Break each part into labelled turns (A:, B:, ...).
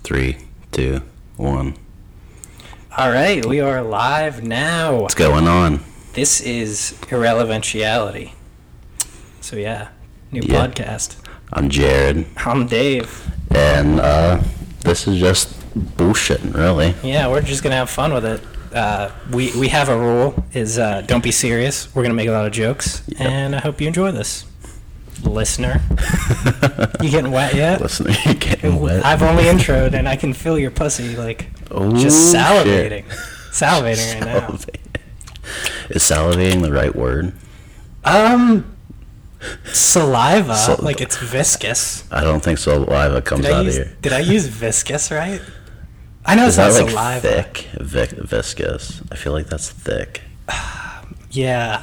A: Three, two, one.
B: All right, we are live now.
A: What's going on?
B: This is Irreleventiality. So, yeah, new
A: Yeah.
B: podcast.
A: I'm Jared,
B: I'm Dave.
A: and uh, this is just bullshitting, really.
B: Yeah, we're just going to have fun with it. Uh, we, we have a rule is uh, don't be serious. We're going to make a lot of jokes, and I hope you enjoy this. Listener, you getting wet yet?
A: Listener, you're getting wet.
B: I've only introed, and I can feel your pussy like
A: Oh,
B: just
A: shit.
B: salivating, salivating right now.
A: Salivating. Is salivating the right word?
B: Um, saliva,
A: Sal-
B: like it's viscous.
A: I don't think saliva comes
B: Did I,
A: out
B: use,
A: of here.
B: did I use viscous right? I know
A: Is
B: it's
A: that
B: not
A: like
B: saliva.
A: thick, Vic- viscous? I feel like that's thick.
B: Yeah,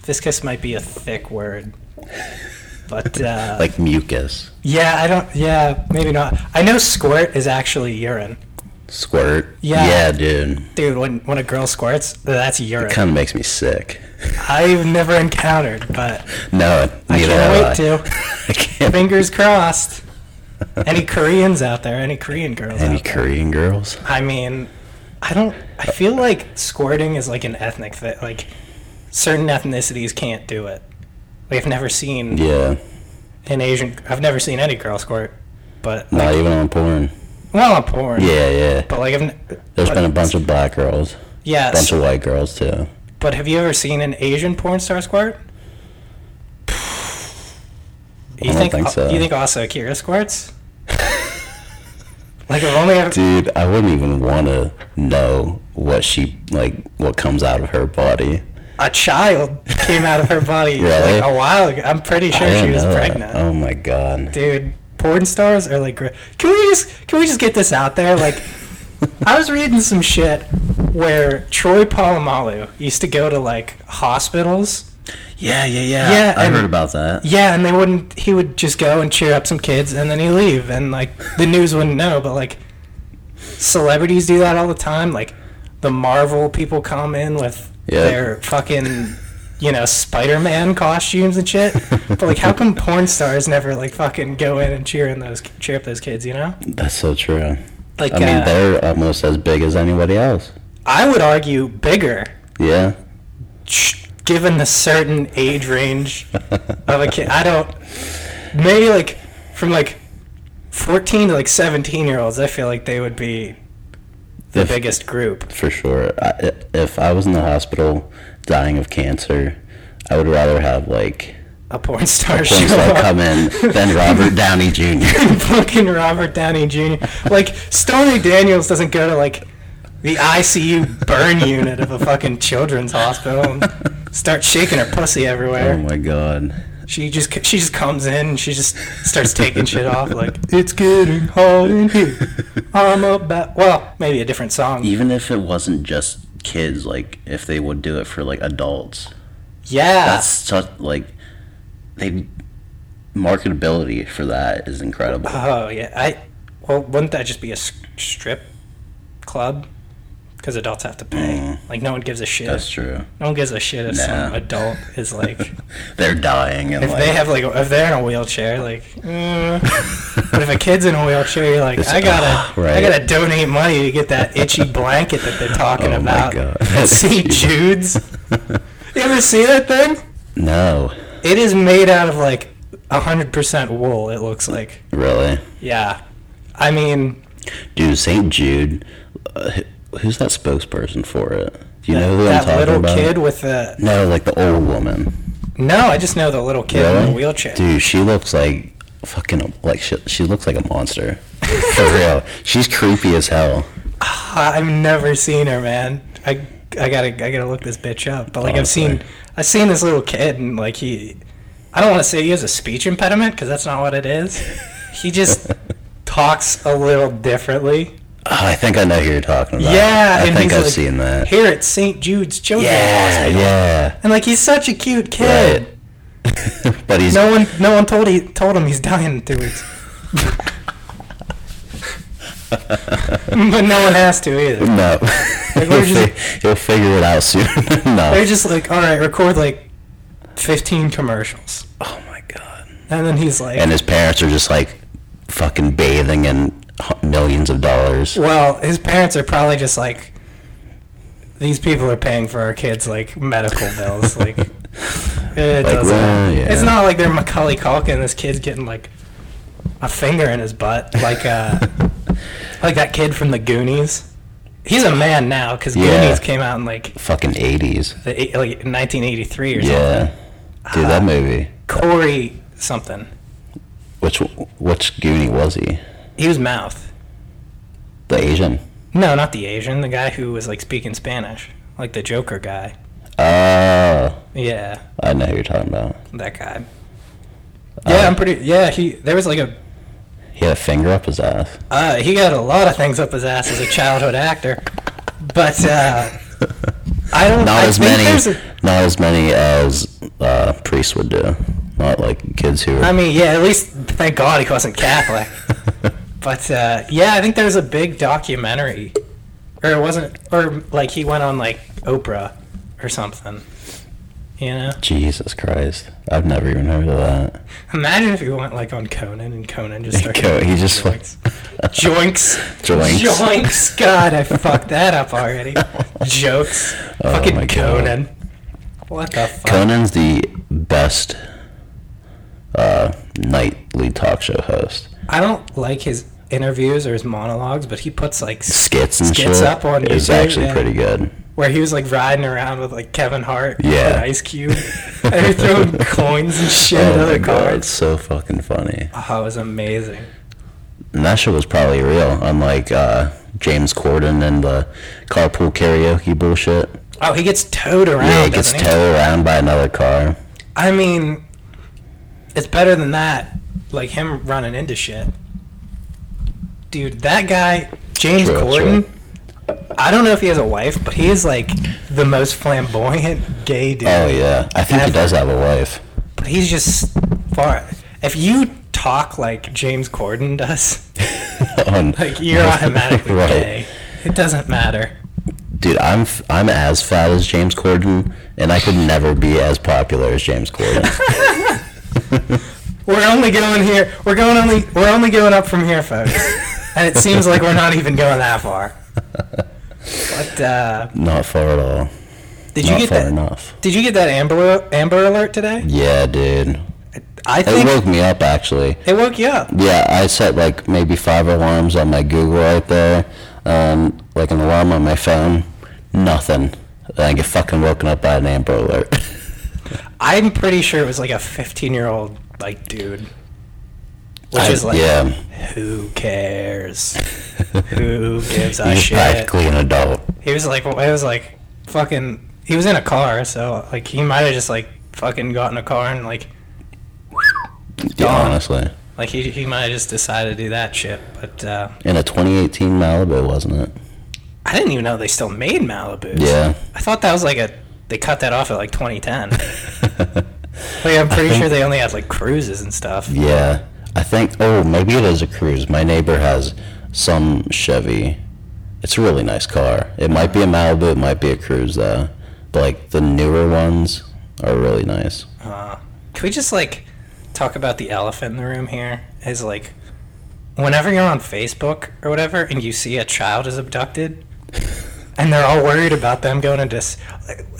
B: viscous might be a thick word, but uh,
A: Like mucus,
B: yeah, I don't. Yeah, maybe not. I know squirt is actually urine,
A: squirt.
B: Yeah.
A: yeah, dude.
B: dude. When when a girl squirts, that's urine.
A: Kind of makes me sick.
B: I've never encountered, but
A: No, neither
B: can't
A: have
B: wait
A: I. I can't.
B: fingers crossed. Any Koreans out there? Any Korean girls?
A: Any
B: out there?
A: Korean girls?
B: I mean, I don't. I feel like squirting is like an ethnic thing. Like certain ethnicities can't do it. Like I've never seen
A: Yeah,
B: an Asian. I've never seen any girl squirt. But
A: not even on porn.
B: well, on porn.
A: Yeah, yeah.
B: But like I've. n-
A: There's
B: but-
A: been a bunch of black girls, bunch
B: Yes,
A: of white girls too.
B: but have you ever seen an Asian porn star squirt? You
A: don't
B: think,
A: think so.
B: You think also Akira squirts? like I've only ever.
A: Dude, I wouldn't even want to know what she like, what comes out of her body.
B: a child came out of her body
A: Really?
B: like a while ago. I'm pretty
A: I
B: sure she
A: don't
B: was
A: know that.
B: pregnant.
A: Oh my god.
B: Dude, porn stars are like gr- Can we just can we just get this out there? Like I was reading some shit where Troy Polamalu used to go to like hospitals.
A: Yeah, yeah, yeah.
B: Yeah,
A: I
B: and-
A: heard about that.
B: Yeah, and they wouldn't he would just go and cheer up some kids and then he'd leave and like the news wouldn't know, but like celebrities do that all the time. Like the Marvel people come in with
A: Yeah.
B: their fucking you know, Spider Man costumes and shit. But like how come porn stars never like fucking go in and cheer in those cheer up those kids, you know?
A: That's so true.
B: Like
A: I mean,
B: uh,
A: they're almost as big as anybody else.
B: I would argue bigger,
A: Yeah.
B: sh- given the certain age range of a kid. I don't. Maybe like from like fourteen to like seventeen year olds. I feel like they would be the
A: If-
B: biggest group.
A: For sure. I, if I was in the hospital dying of cancer, I would rather have like
B: A porn star
A: things
B: show
A: that
B: up.
A: come in than Robert Downey Jr.
B: fucking Robert Downey Jr. Like Stormy Daniels doesn't go to like the ICU burn unit of a fucking children's hospital and start shaking her pussy everywhere.
A: oh my god.
B: She just c- she just comes in and she just starts taking shit off like it's getting hot in here. I'm about well maybe a different song.
A: Even if it wasn't just kids, like if they would do it for like adults,
B: Yeah,
A: that's such like they marketability for that is incredible.
B: Oh yeah, I well wouldn't that just be a s- strip club? Because adults have to pay. Like no one gives a shit.
A: That's true.
B: no one gives a shit if some
A: Nah.
B: adult is like
A: They're dying and
B: if they
A: like
B: have like if they're in a wheelchair like. eh. But if a kid's in a wheelchair, you're like, I gotta, I
A: ah, right.
B: gotta donate money to get that itchy blanket that they're talking
A: Oh my
B: about.
A: God.
B: at St. Jude's. You ever see that thing?
A: no,
B: It is made out of like hundred percent wool. It looks like.
A: really,
B: Yeah, I mean,
A: dude. St. Jude, uh, wh- who's that spokesperson for it? Do you
B: that,
A: know who I'm
B: that
A: talking
B: little
A: about?
B: kid with the.
A: No, like the old woman.
B: No, I just know the little kid in
A: Really?
B: the wheelchair.
A: Dude, she looks like fucking like she, she looks like a monster. For real, she's creepy as hell.
B: I- I've never seen her, man. I I gotta I gotta look this bitch up. But
A: Oh,
B: like I've seen
A: Honestly.
B: I've seen this little kid and like he, I don't want to say he has a speech impediment because that's not what it is. He just talks a little differently.
A: Oh, I think I know who you're talking about.
B: Yeah,
A: Uh, I
B: and
A: think
B: he's
A: I've
B: like,
A: seen that.
B: Here at St. Jude's Children's
A: Yeah,
B: Hospital,
A: yeah,
B: and like he's such a cute kid.
A: right. but he's
B: No one no one told he told him he's dying in two weeks. but no one has to either.
A: no.
B: we're
A: he'll, fi- he'll figure it out soon
B: They're
A: enough.
B: just like, all right, record like 15 commercials.
A: Oh my god!
B: And then he's like,
A: And his parents are just like fucking bathing in h- millions of dollars.
B: Well, his parents are probably just like these people are paying for our kids like medical bills. like it doesn't.
A: well, yeah.
B: It's not like they're Macaulay Culkin. This kid's getting like a finger in his butt, like uh, like that kid from the Goonies. He's a man now because
A: Yeah.
B: Goonies came out in like
A: Fucking eighties.
B: the eight- like 1983 or something.
A: Yeah, dude,
B: Uh-huh.
A: that movie.
B: Corey something.
A: Which which Goonie was he?
B: He was mouth.
A: The Asian.
B: No, not the Asian. The guy who was like speaking Spanish, like the Joker guy.
A: Oh,
B: Yeah.
A: I know who you're talking about.
B: that guy. Yeah,
A: Uh,
B: I'm pretty. Yeah, he there was like a
A: He had a finger up his ass.
B: uh, he got a lot of things up his ass as a childhood actor, but uh, I don't.
A: Not
B: I
A: as
B: think
A: many.
B: there's a-
A: not as many as uh, priests would do. Not like kids who.
B: I
A: Are,
B: mean, yeah, at least thank God he wasn't Catholic. but uh, yeah, I think there was a big documentary, or it wasn't, or like he went on like Oprah or something. You know,
A: Jesus Christ! I've never even heard of that.
B: imagine if he went like on Conan and Conan just started.
A: Go- he just like
B: Joinks. Joinks.
A: Joinks.
B: Joinks. God, I fucked that up already. Jokes.
A: Oh my
B: Fucking
A: God.
B: Conan. What the fuck?
A: Conan's the best uh, nightly talk show host.
B: I don't like his interviews or his monologues, but he puts like s-
A: Skits and
B: Skits
A: shit
B: up on
A: is
B: YouTube,
A: actually
B: yeah.
A: pretty good.
B: where he was like riding around with like Kevin Hart
A: Yeah.
B: and Ice Cube, and he throwing coins and shit at
A: Oh my
B: other
A: God, it's
B: cards.
A: so fucking funny.
B: Oh, it was amazing.
A: And that shit was probably real, unlike uh, James Corden and the carpool karaoke bullshit.
B: Oh, he gets towed around.
A: Yeah, it gets
B: doesn't he?
A: towed around by another car.
B: I mean, it's better than that. Like him running into shit. Dude, that guy, James
A: True,
B: Corden.
A: true.
B: I don't know if he has a wife, but he is like the most flamboyant gay dude.
A: Oh yeah, I think he
B: Ever.
A: does have a wife.
B: But he's just far. If you talk like James Corden does,
A: On-
B: like you're automatically
A: Right.
B: gay. It doesn't matter.
A: Dude, I'm f- I'm as fat as James Corden, and I could never be as popular as James Corden.
B: We're only going here. We're going only. We're only going up from here, folks. and it seems like we're not even going that far. But uh,
A: Not far at all.
B: did
A: Not
B: you get
A: far
B: that?
A: enough.
B: Did you get that Amber Amber Alert today?
A: Yeah, dude.
B: I
A: It
B: think
A: woke me up actually.
B: it woke you up.
A: Yeah, I set like maybe five alarms on my Google right there, um, like an alarm on my phone. Nothing. I get fucking woken up by an Amber Alert.
B: I'm pretty sure it was like a 15 year old like dude, which
A: I-
B: is like,
A: yeah,
B: who cares? Who gives a
A: he's
B: shit?
A: practically an adult.
B: He was like, well, it was like, fucking. He was in a car, so like he might have just like fucking got in a car and like
A: Yeah,
B: Gone.
A: honestly,
B: like he he might have just decided to do that shit. But uh,
A: in a 2018 Malibu, wasn't it?
B: I didn't even know they still made Malibu's.
A: Yeah.
B: I thought that was like a they cut that off at like 2010. like I'm pretty sure they only had like cruises and stuff.
A: Yeah, I think. Oh, maybe it is a cruise. My neighbor has some Chevy. It's a really nice car. It might be a Malibu. It might be a cruise though. But like the newer ones are really nice.
B: Uh, can we just like talk about the elephant in the room here? Is like whenever you're on Facebook or whatever and you see a child is abducted and they're all worried about them going into s-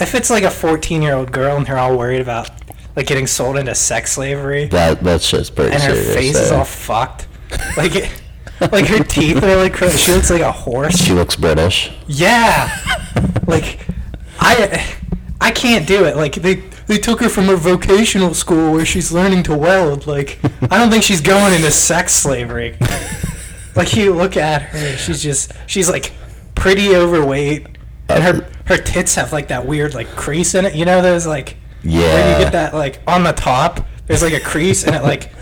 B: if it's like a 14 year old girl and they're all worried about like getting sold into sex slavery
A: That that shit's pretty
B: and her
A: serious.
B: face is
A: eh?
B: all fucked like it, like her teeth are like cr- she looks like a horse
A: She looks British.
B: yeah like I I can't do it. Like they they took her from her vocational school where she's learning to weld. Like I don't think she's going into sex slavery. Like you look at her, she's just she's like pretty overweight, and her her tits have like that weird like crease in it. You know those like where
A: Yeah.
B: you get that like on the top. There's like a crease and it like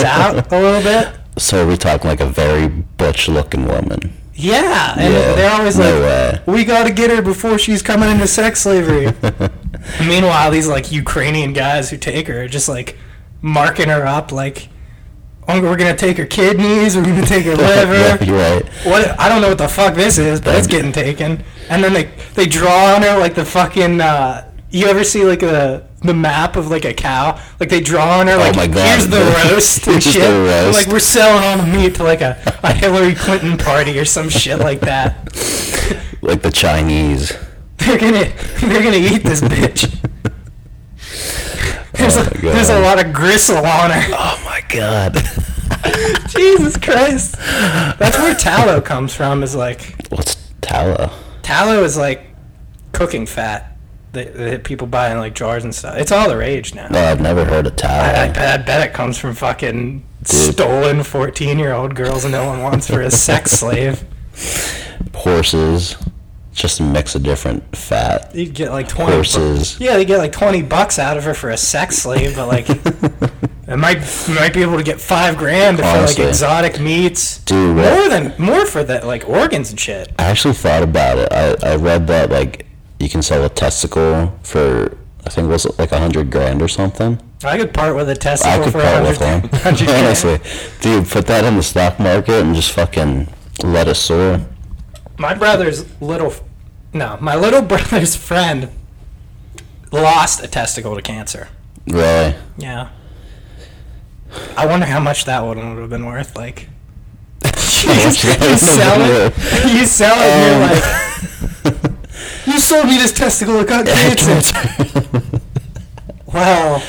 B: out a little bit.
A: So we're talking like a very butch looking woman.
B: Yeah, and
A: Yeah,
B: they're always
A: no
B: like,
A: way.
B: "We gotta get her before she's coming into sex slavery." Meanwhile, these like Ukrainian guys who take her are just like marking her up, like, "Oh, we're gonna take her kidneys, we're gonna take her
A: yeah,
B: liver."
A: you're right.
B: What I don't know what the fuck this is, but it's
A: That'd
B: getting taken. And then they they draw on her like the fucking uh, you ever see like a the map of like a cow? Like they draw on her like
A: Oh my God.
B: here's the roast and
A: Here's the
B: shit. They're
A: roast.
B: Like we're selling all the meat to like a, a Hillary Clinton party or some shit like that.
A: like the Chinese.
B: They're gonna they're gonna eat this bitch. There's,
A: Oh
B: a,
A: my
B: there's a
A: God.
B: lot of gristle on her.
A: Oh my god.
B: Jesus Christ. That's where tallow comes from. Is like
A: What's tallow?
B: tallow is like cooking fat that, that people buy in like jars and stuff. It's all the rage now.
A: No, I've never heard of
B: I, I,
A: tallow.
B: bet, I bet it comes from fucking stolen 14 year old girls no one wants for a sex slave.
A: Horses. Just a mix of different fat.
B: You get like 20. bu-
A: Horses.
B: Yeah, they get like 20 bucks out of her for a sex slave, but like. I might might be able to get five grand for like
A: Honestly.
B: exotic meats.
A: Dude, what-
B: more than more for that like organs and shit.
A: I actually thought about it. I, I read that like you can sell a testicle for I think it was like a hundred grand or something.
B: I could part with a
A: I
B: testicle
A: could
B: for
A: part with one.
B: a hundred.
A: Honestly, dude, put that in the stock market and just fucking let it soar.
B: my brother's little no my little brother's friend lost a testicle to cancer
A: Really?
B: yeah i wonder how much that one would have been worth like you,
A: much that would've
B: sell
A: been
B: it
A: worth?
B: you sell it and you're
A: Um,
B: like you sold me this testicle it got cancer well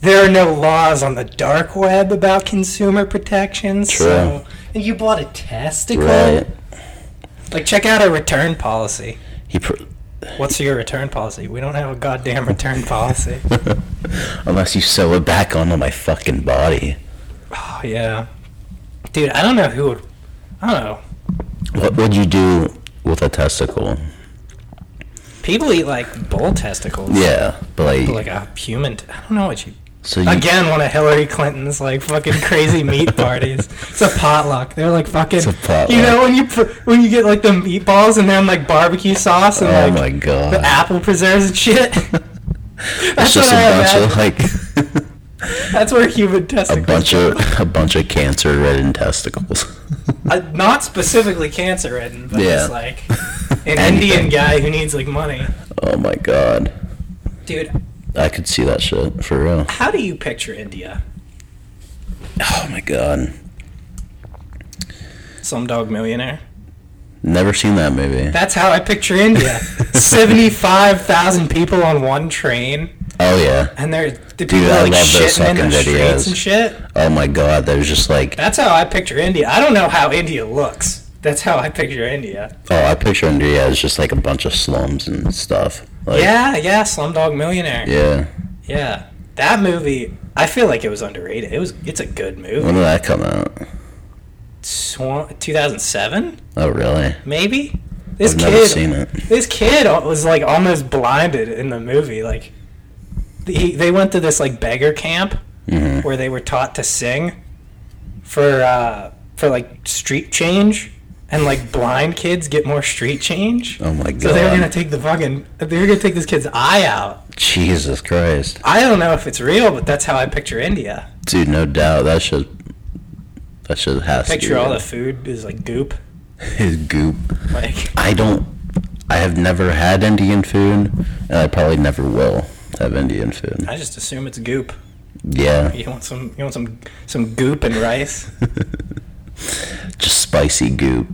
B: there are no laws on the dark web about consumer protections
A: True.
B: so and you bought a testicle
A: right.
B: like check out our return policy
A: He. Pr-
B: What's your return policy? We don't have a goddamn return policy.
A: Unless you sew it back onto my fucking body.
B: oh yeah, dude. I don't know who would. I don't know.
A: What would you do with a testicle?
B: People eat like bull testicles.
A: Yeah, but like,
B: But, Like a human. T- I don't know what you.
A: so you
B: Again, one of Hillary Clinton's like fucking crazy meat parties. It's a potluck. They're like fucking.
A: a potluck.
B: You know when you pr- when you get like the meatballs and then like barbecue sauce and
A: Oh my
B: like the
A: god!
B: apple preserves and shit.
A: It's
B: That's
A: just a
B: what I
A: bunch of
B: imagine.
A: like
B: That's where human
A: a
B: testicles.
A: bunch of a bunch of cancer-ridden testicles.
B: Uh, not specifically cancer ridden, but
A: Yeah.
B: just like an
A: Anything.
B: Indian guy who needs like money.
A: Oh my god!
B: Dude,
A: I could see that shit for real.
B: how do you picture India?
A: Oh my god!
B: Some dog millionaire.
A: Never seen that movie.
B: That's how I picture India. Seventy-five thousand people on one train,
A: Oh yeah!
B: and they're the people
A: I
B: are, like
A: love those
B: shitting in the
A: fucking
B: streets
A: videos.
B: and shit.
A: Oh my god! There's just like
B: That's how I picture India. I don't know how India looks. That's how I picture India.
A: oh I picture India as just like a bunch of slums and stuff. Like,
B: Yeah, yeah, Slumdog Millionaire.
A: Yeah.
B: Yeah, that movie. I feel like it was underrated. It was. It's a good movie.
A: When did that come out? Mm.
B: Two thousand seven.
A: Oh really?
B: maybe this
A: I've
B: kid
A: never seen it.
B: this kid al- was like almost blinded in the movie like he, they went to this like beggar camp
A: Mhm.
B: where they were taught to sing for uh for like street change and like blind kids get more street change
A: Oh my god!
B: so they were gonna take the fucking they were gonna take this kid's eye out
A: Jesus Christ.
B: i don't know if it's real but that's how i picture india
A: Dude, no doubt that should that should has to
B: picture
A: be
B: all the
A: real.
B: food is like goop
A: his goop.
B: like
A: I don't. I have never had Indian food, and I probably never will have Indian food.
B: i just assume it's goop
A: Yeah,
B: you want some you want some some goop and rice
A: just spicy goop.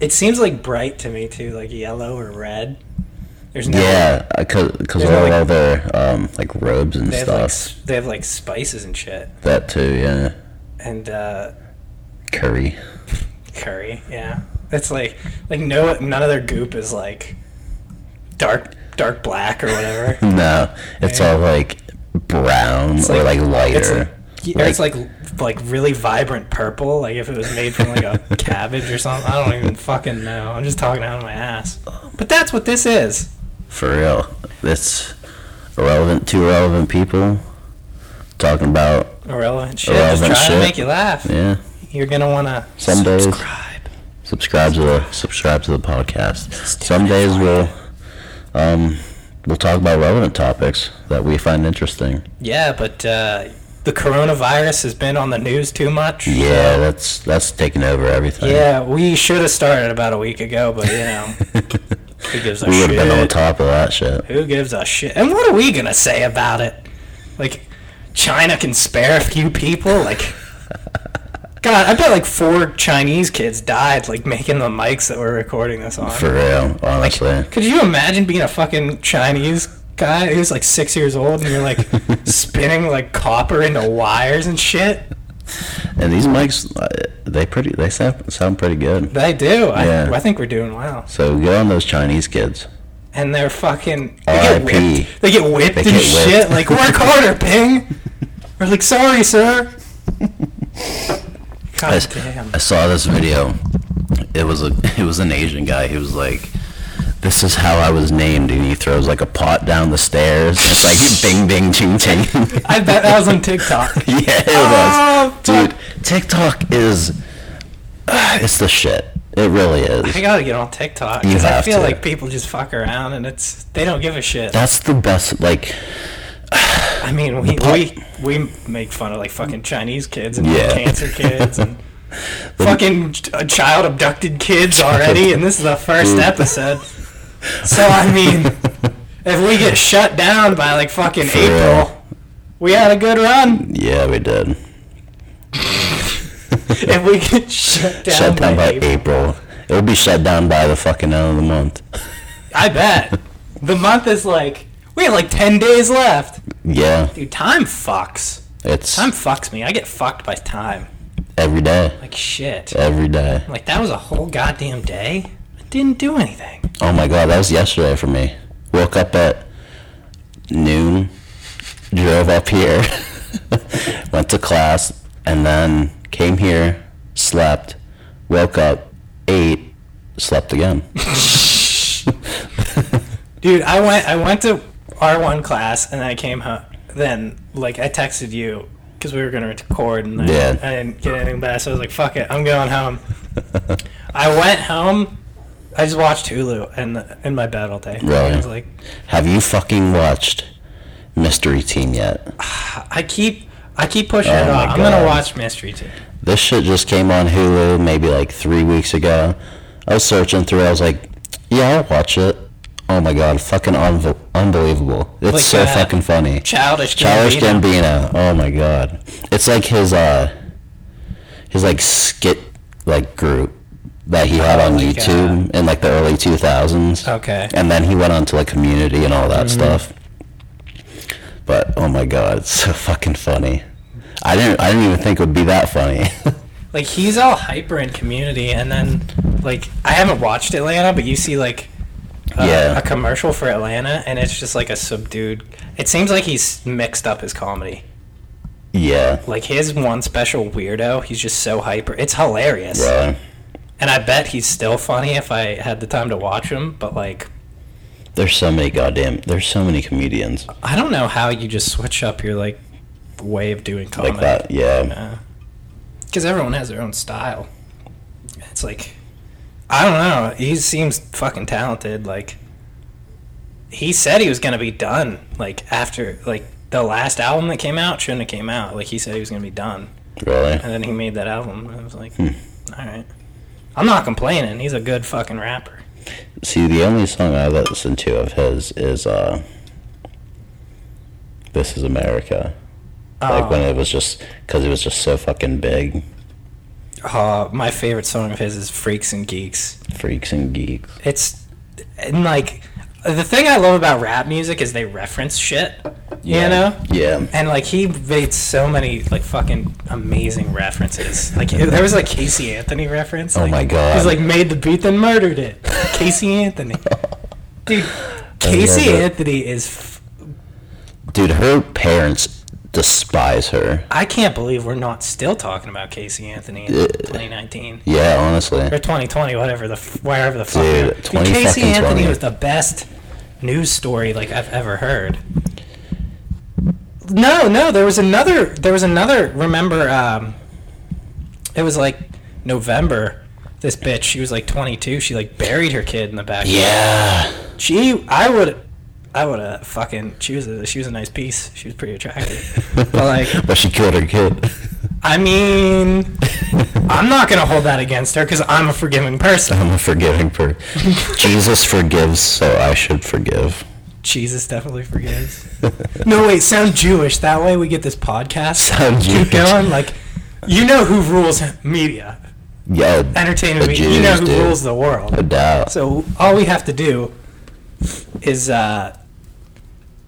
B: It seems like bright to me too, like yellow or red. There's no
A: Yeah, because because
B: There's no,
A: all
B: like-
A: other um like robes and
B: they have like
A: stuff.
B: s- they have like spices and shit
A: That too, yeah.
B: and uh,
A: Curry.
B: curry. Yeah, it's like like no none of their goop is like dark dark black or whatever.
A: No, it's all like brown or like,
B: like- it's like,
A: lighter.
B: yeah, it's like like really vibrant purple. Like if it was made from like a cabbage or something. I don't even fucking know. I'm just talking out of my ass. But that's what this is.
A: For real, it's irrelevant. Two relevant people talking about
B: Irrelevant shit.
A: Irrelevant
B: just trying
A: shit.
B: to make you laugh.
A: yeah.
B: You're gonna wanna
A: Some days.
B: subscribe.
A: subscribe to the subscribe to the podcast. Some days we'll um, we'll talk about relevant topics that we find interesting.
B: Yeah, but uh, the coronavirus has been on the news too much.
A: Yeah, that's that's taking over everything.
B: Yeah, we should have started about a week ago, but you know, Who gives a
A: We would have
B: shit?
A: been on top of that shit.
B: Who gives a shit? And what are we gonna say about it? Like, China can spare a few people. Like, God, I bet like four Chinese kids died like making the mics that we're recording this on.
A: For real, honestly.
B: Could you imagine being a fucking Chinese guy who's like six years old and you're like spinning like copper into wires and shit?
A: and these mics, uh, they pretty, they sound, sound pretty good.
B: They do. I,
A: Yeah.
B: I think we're doing well.
A: So go on those Chinese kids.
B: And they're fucking. They get
A: R.I.P..
B: whipped. They get whipped
A: They
B: and
A: get
B: shit.
A: whipped.
B: Like, work harder, Ping. We're like, sorry, sir.
A: I,
B: God
A: s-
B: damn.
A: I saw this video. It was a it was an Asian guy who was like, "This is how I was named," and he throws like a pot down the stairs. It's like bing, bing, ching, ching.
B: I bet that was on TikTok.
A: yeah, it
B: Oh,
A: was, dude. TikTok is it's the shit. It really
B: I
A: is.
B: gotta get on TikTok
A: You
B: because I
A: have
B: feel
A: to.
B: like people just fuck around and it's they don't give a shit.
A: That's the best. Like,
B: I mean, we,
A: pop-
B: we we make fun of like fucking Chinese kids and
A: Yeah.
B: cancer kids and fucking ch- uh, child abducted kids already, and this is the first
A: Dude.
B: episode. So I mean, if we get shut down by like fucking
A: For
B: April,
A: real.
B: we had a good run.
A: yeah, we did.
B: If we get shut down,
A: shut down by
B: April,
A: April. It'll be shut down by the fucking end of the month.
B: I bet the month is like we have like ten days left.
A: Yeah,
B: Dude, time fucks.
A: it's
B: Time fucks me. I get fucked by time.
A: every day,
B: Like shit.
A: every day.
B: Like that was a whole goddamn day. I didn't do anything.
A: Oh my god, that was yesterday for me. Woke up at noon, drove up here, went to class, and then came here, slept, woke up, ate, slept again.
B: Dude, I went I went to R1 class and I came home. Then like I texted you because we were gonna record and I,
A: Yeah.
B: I didn't get anything back. So I was like, fuck it, I'm going home. I went home. I just watched Hulu and in my bed all day.
A: Really?
B: I was like,
A: Have you fucking watched Mystery Team yet?
B: I keep I keep pushing it
A: Oh my
B: off. I'm gonna
A: God.
B: watch Mystery Team.
A: This shit just came on Hulu maybe like three weeks ago. I was searching through. I was like, yeah, I'll watch it. Oh my god, fucking unv- unbelievable! It's
B: Like
A: so
B: that
A: fucking funny.
B: Childish.
A: Childish
B: Gambino.
A: Gambino. Oh my god, it's like his uh, his like skit like group that he had on
B: Oh my
A: YouTube in like the early two thousands.
B: Okay. Mm-hmm.
A: And then he went on to like Community and all that stuff. But oh my god, it's so fucking funny. I didn't I didn't even think it would be that funny.
B: like he's all hyper in community and then like i haven't watched atlanta but you see like uh,
A: Yeah.
B: a commercial for atlanta and it's just like a subdued it seems like he's mixed up his comedy
A: yeah.
B: like his one special weirdo he's just so hyper it's hilarious
A: Bro.
B: and i bet he's still funny if i had the time to watch him but like
A: There's so many goddamn there's so many comedians
B: i don't know how you just switch up your like way of doing comedy
A: like that. Yeah.
B: because everyone has their own style. It's like, I don't know. He seems fucking talented. Like, he said he was gonna be done. Like after like the last album that came out shouldn't have came out. Like he said he was gonna be done,
A: Really?
B: and then he made that album. And I was like,
A: Hmm.
B: all right, I'm not complaining. He's a good fucking rapper.
A: See, the only song I listen to of his is uh This is America.
B: Um,
A: Like
B: Oh.
A: when it was just cuz it was just so fucking big.
B: Uh, my favorite song of his is "Freaks and Geeks."
A: Freaks and geeks.
B: it's and like the thing I love about rap music is they reference shit, you know.
A: Yeah.
B: And like he made so many like fucking amazing references. Like there was like Casey Anthony reference.
A: Oh
B: like,
A: my God.
B: He's like made the beat then murdered it. Casey Anthony, dude. Casey
A: it.
B: Anthony is. F-
A: Dude, her parents despise her.
B: I can't believe we're not still talking about Casey Anthony in 2019
A: Yeah, honestly.
B: or 2020, whatever the f- wherever the fuck.
A: Dude,
B: we are.
A: 20
B: Casey
A: fucking
B: Anthony
A: 20.
B: was the best news story like I've ever heard. No, no, there was another. There was another. Remember, um, it was like November. This bitch, she was like 22. She like buried her kid in the back.
A: Yeah.
B: She, I would, I would have fucking. She was a, she was a nice piece. She was pretty attractive. but like,
A: But she killed her kid.
B: I mean, I'm not gonna hold that against her because I'm a forgiving person.
A: I'm a forgiving person. Jesus forgives, so I should forgive.
B: Jesus definitely forgives. No, wait, sound Jewish. That way we get this podcast.
A: Sound
B: Keep
A: Jewish.
B: going. Like, you know who rules media,
A: Yeah,
B: entertainment
A: The
B: media. You know
A: Jews
B: who
A: do.
B: rules the world.
A: no doubt.
B: So all we have to do is uh,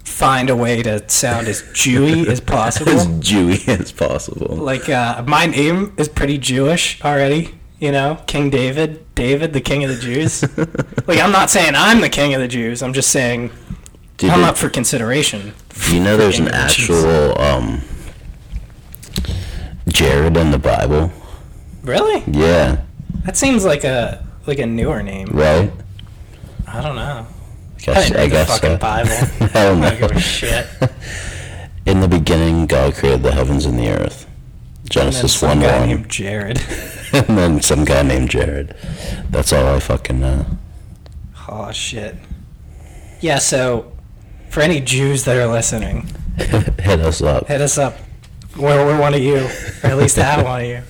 B: find a way to sound as Jewy as
A: As
B: possible.
A: Jewy as possible.
B: Like uh, my name is pretty Jewish already. You know, King David, David, the King of the Jews. like I'm not saying I'm the King of the Jews. I'm just saying
A: Dude,
B: I'm
A: it-
B: up for consideration.
A: Do you know there's an
B: Freaking riches.
A: actual um, Jared in the Bible?
B: Really?
A: Yeah,
B: That seems like a like a newer name.
A: right?
B: I don't know. I
A: Guess,
B: didn't read the fucking
A: so.
B: Bible.
A: I don't
B: I don't give a
A: know.
B: shit.
A: In the beginning, God created the heavens and the earth.
B: And then
A: Genesis
B: some
A: 1
B: guy
A: 1.
B: named Jared.
A: and then some guy named Jared. That's all I fucking know.
B: Oh shit. Yeah, so for any Jews that are listening,
A: Hit us up.
B: hit us up. We're, we're one of you, or at least I have one of you.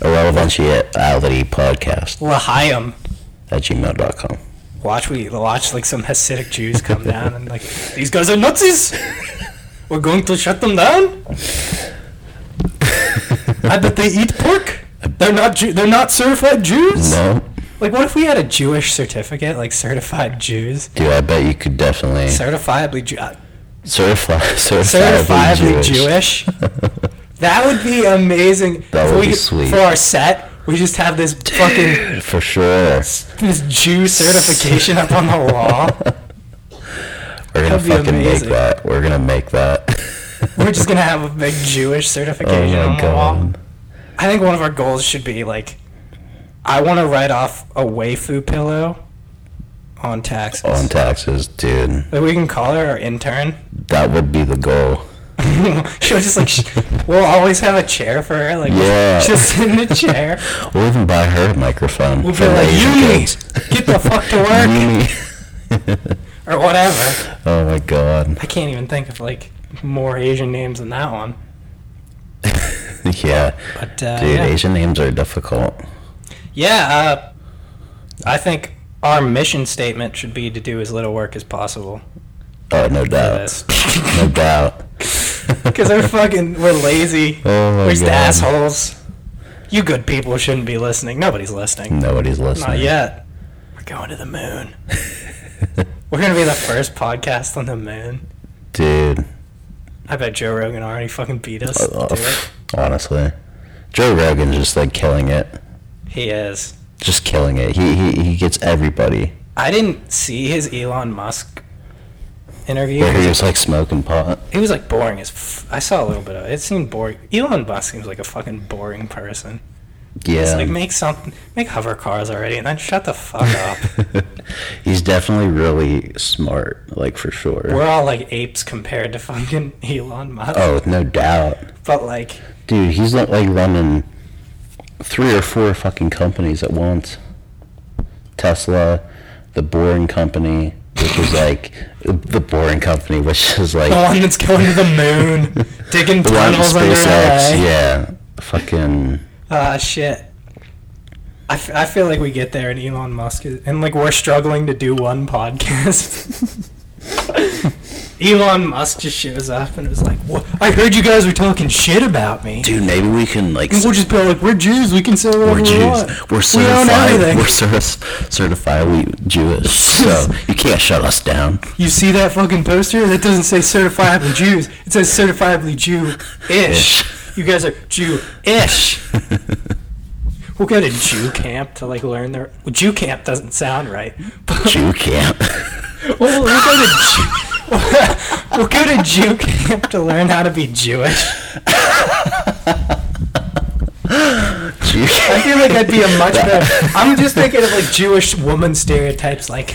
A: Irrelevantiality podcast
B: Lahayim.
A: at gmail.com.
B: Watch we watch like some Hasidic Jews come down and like these guys are Nazis. We're going to shut them down. I bet they eat pork. They're not Jew- they're not certified Jews.
A: No?
B: Like what if we had a Jewish certificate, like certified Jews,
A: Dude, I bet you could definitely
B: certifiably Jew, uh,
A: certify, certify
B: certifiably Jewish. That would be amazing.
A: That
B: If
A: would
B: we-
A: be sweet.
B: For our set, we just have this fucking
A: For sure.
B: this Jew certification up on the wall.
A: We're gonna
B: That'd be
A: fucking
B: amazing.
A: make that. We're gonna make that.
B: We're just gonna have a big Jewish certification
A: oh
B: on
A: my
B: the wall.
A: god.
B: I think one of our goals should be like, I want to write off a waifu pillow on taxes.
A: On taxes, dude.
B: Like, we can call her our intern.
A: That would be the goal.
B: She'll just like, sh- we'll always have a chair for her. Like,
A: Yeah.
B: she'll sit in the chair.
A: We'll even buy her a microphone.
B: We'll
A: for
B: be like,
A: the Asian
B: Uni,
A: kids.
B: get the fuck to work
A: Uni.
B: or whatever.
A: Oh my god.
B: I can't even think of like more Asian names than that one.
A: Yeah.
B: But uh,
A: Dude,
B: yeah,
A: Asian names are difficult.
B: Yeah, uh, I think our mission statement should be to do as little work as possible.
A: Oh, no doubt. No doubt.
B: Because we're fucking, we're lazy.
A: Oh my
B: we're just
A: god.
B: assholes. You good people shouldn't be listening. Nobody's listening.
A: Nobody's listening.
B: Not yet. We're going to the moon. we're gonna be the first podcast on the moon.
A: Dude.
B: I bet Joe Rogan already fucking beat us.
A: Uh,
B: to it.
A: Honestly. Joe Rogan's just like killing it.
B: He is.
A: Just killing it. He he, he gets everybody.
B: I didn't see his Elon Musk interview.
A: Where he was like smoking pot.
B: He was like boring as. F- I saw a little bit of it. It seemed boring. Elon Musk seems like a fucking boring person. It's like
A: Yeah.
B: make something, make hover cars already, and then shut the fuck up.
A: He's definitely really smart, like for sure.
B: We're all like apes compared to fucking Elon Musk.
A: Oh, no doubt.
B: But like,
A: Dude, he's not like running three or four fucking companies at once. Tesla, the Boring Company, which is like the Boring Company, which is like
B: the one that's going to the moon, digging
A: the one
B: tunnels under LA.
A: SpaceX. Yeah, fucking.
B: Ah shit. I, f- I feel like we get there and Elon Musk is, and like we're struggling to do one podcast. Elon Musk just shows up and was like, "What? I heard you guys were talking shit about me."
A: Dude, maybe we can like.
B: And we'll just be like, "We're Jews. We can say whatever
A: We're
B: we
A: Jews.
B: want.
A: We're
B: we own
A: certified.
B: everything."
A: We're certi- certified. We Jewish. So you can't shut us down.
B: you see that fucking poster? That doesn't say certifiably Jews. It says certifiably Jew-ish. You guys are Jew-ish. we'll go to Jew camp to like learn their. Well, Jew camp doesn't sound right, but
A: Jew can't.
B: Well, we'll go to Jew- we'll go to Jew camp to learn how to be Jewish.
A: Jew
B: I
A: can't.
B: feel like I'd be a much better. I'm just thinking of like Jewish woman stereotypes, like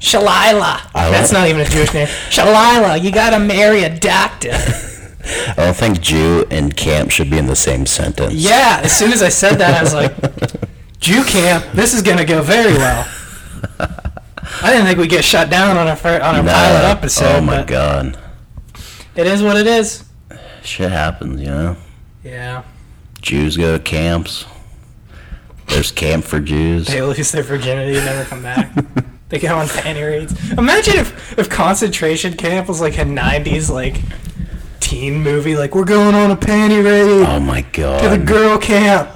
B: Shalila.
A: I
B: That's
A: like-
B: not even a Jewish name. Shalila, you gotta marry a doctor.
A: I don't think Oh, Jew and camp should be in the same sentence.
B: Yeah. As soon as I said that, I was like, Jew camp. This is gonna go very well. I didn't think we'd get shut down on our fir- on our
A: Nah.
B: pilot episode.
A: Oh my
B: but
A: god.
B: It is what it is.
A: Shit happens, you know?
B: Yeah.
A: Jews go to camps. There's camp for Jews.
B: They lose their virginity and never come back. they go on fanny raids. Imagine if, if concentration camp was like a 90s like teen movie. Like, we're going on a panty raid
A: Oh my
B: to the
A: god.
B: girl camp.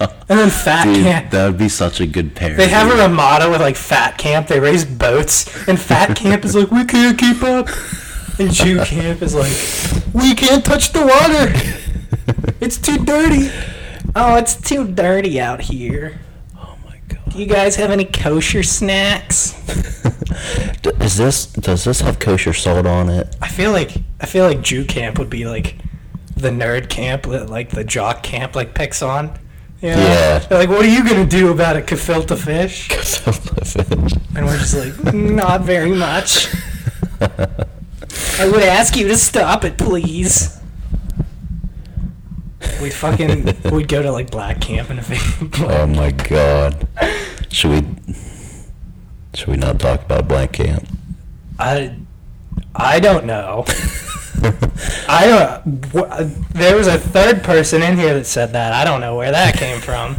B: And then fat
A: Dude,
B: camp.
A: that would be such a good pair.
B: They have a Ramada with like Fat Camp. They raise boats, and Fat Camp is like, we can't keep up. And Jew Camp is like, we can't touch the water. It's too dirty. Oh, it's too dirty out here.
A: Oh my god.
B: Do you guys have any kosher snacks?
A: D- Is this does this have kosher salt on it?
B: I feel like I feel like Jew Camp would be like the nerd camp that like the jock camp like picks on. You know?
A: Yeah.
B: They're like, what are you gonna do about a gefilte fish? And we're just like, not very much. I would ask you to stop it, please. We fucking we'd go to like black camp and if
A: oh my god. Should we should we not talk about black camp?
B: I I don't know. I don't. Wh- there was a third person in here that said that. I don't know where that came from.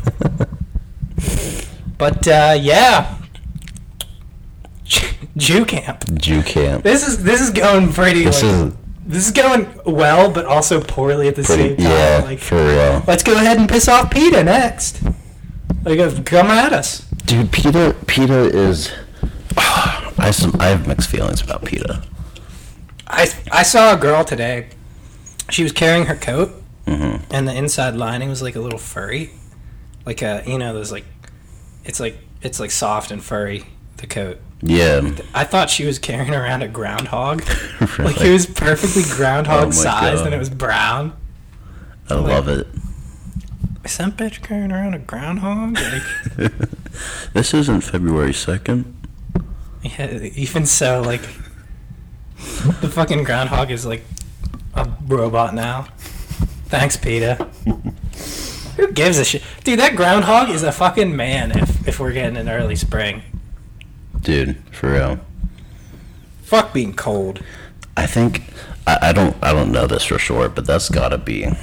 B: But uh, yeah, Jew camp.
A: Jew camp.
B: This is this is going pretty.
A: This
B: like,
A: is
B: This is going well, but also poorly at the same
A: pretty
B: time.
A: yeah,
B: like,
A: for real.
B: let's go ahead and piss off PETA next. Like, uh, come at us.
A: Dude, PETA PETA is I have some I have mixed feelings about PETA.
B: I, I saw a girl today. She was carrying her coat,
A: Mm-hmm.
B: and the inside lining was like a little furry, like a you know those like, it's like it's like soft and furry the coat.
A: Yeah.
B: I thought she was carrying around a groundhog. Like
A: Really.
B: it was perfectly groundhog
A: Oh my
B: sized, and
A: God.
B: it was brown.
A: I love it.
B: Is that bitch carrying around a groundhog? Like,
A: This isn't February 2nd.
B: Yeah, even so, like the fucking groundhog is like a robot now. Thanks, Peter. Who gives a shit, dude? That groundhog is a fucking man. If if we're getting an early spring,
A: Dude, for real.
B: fuck being cold.
A: I think I, I don't I don't know this for sure, but that's gotta be. I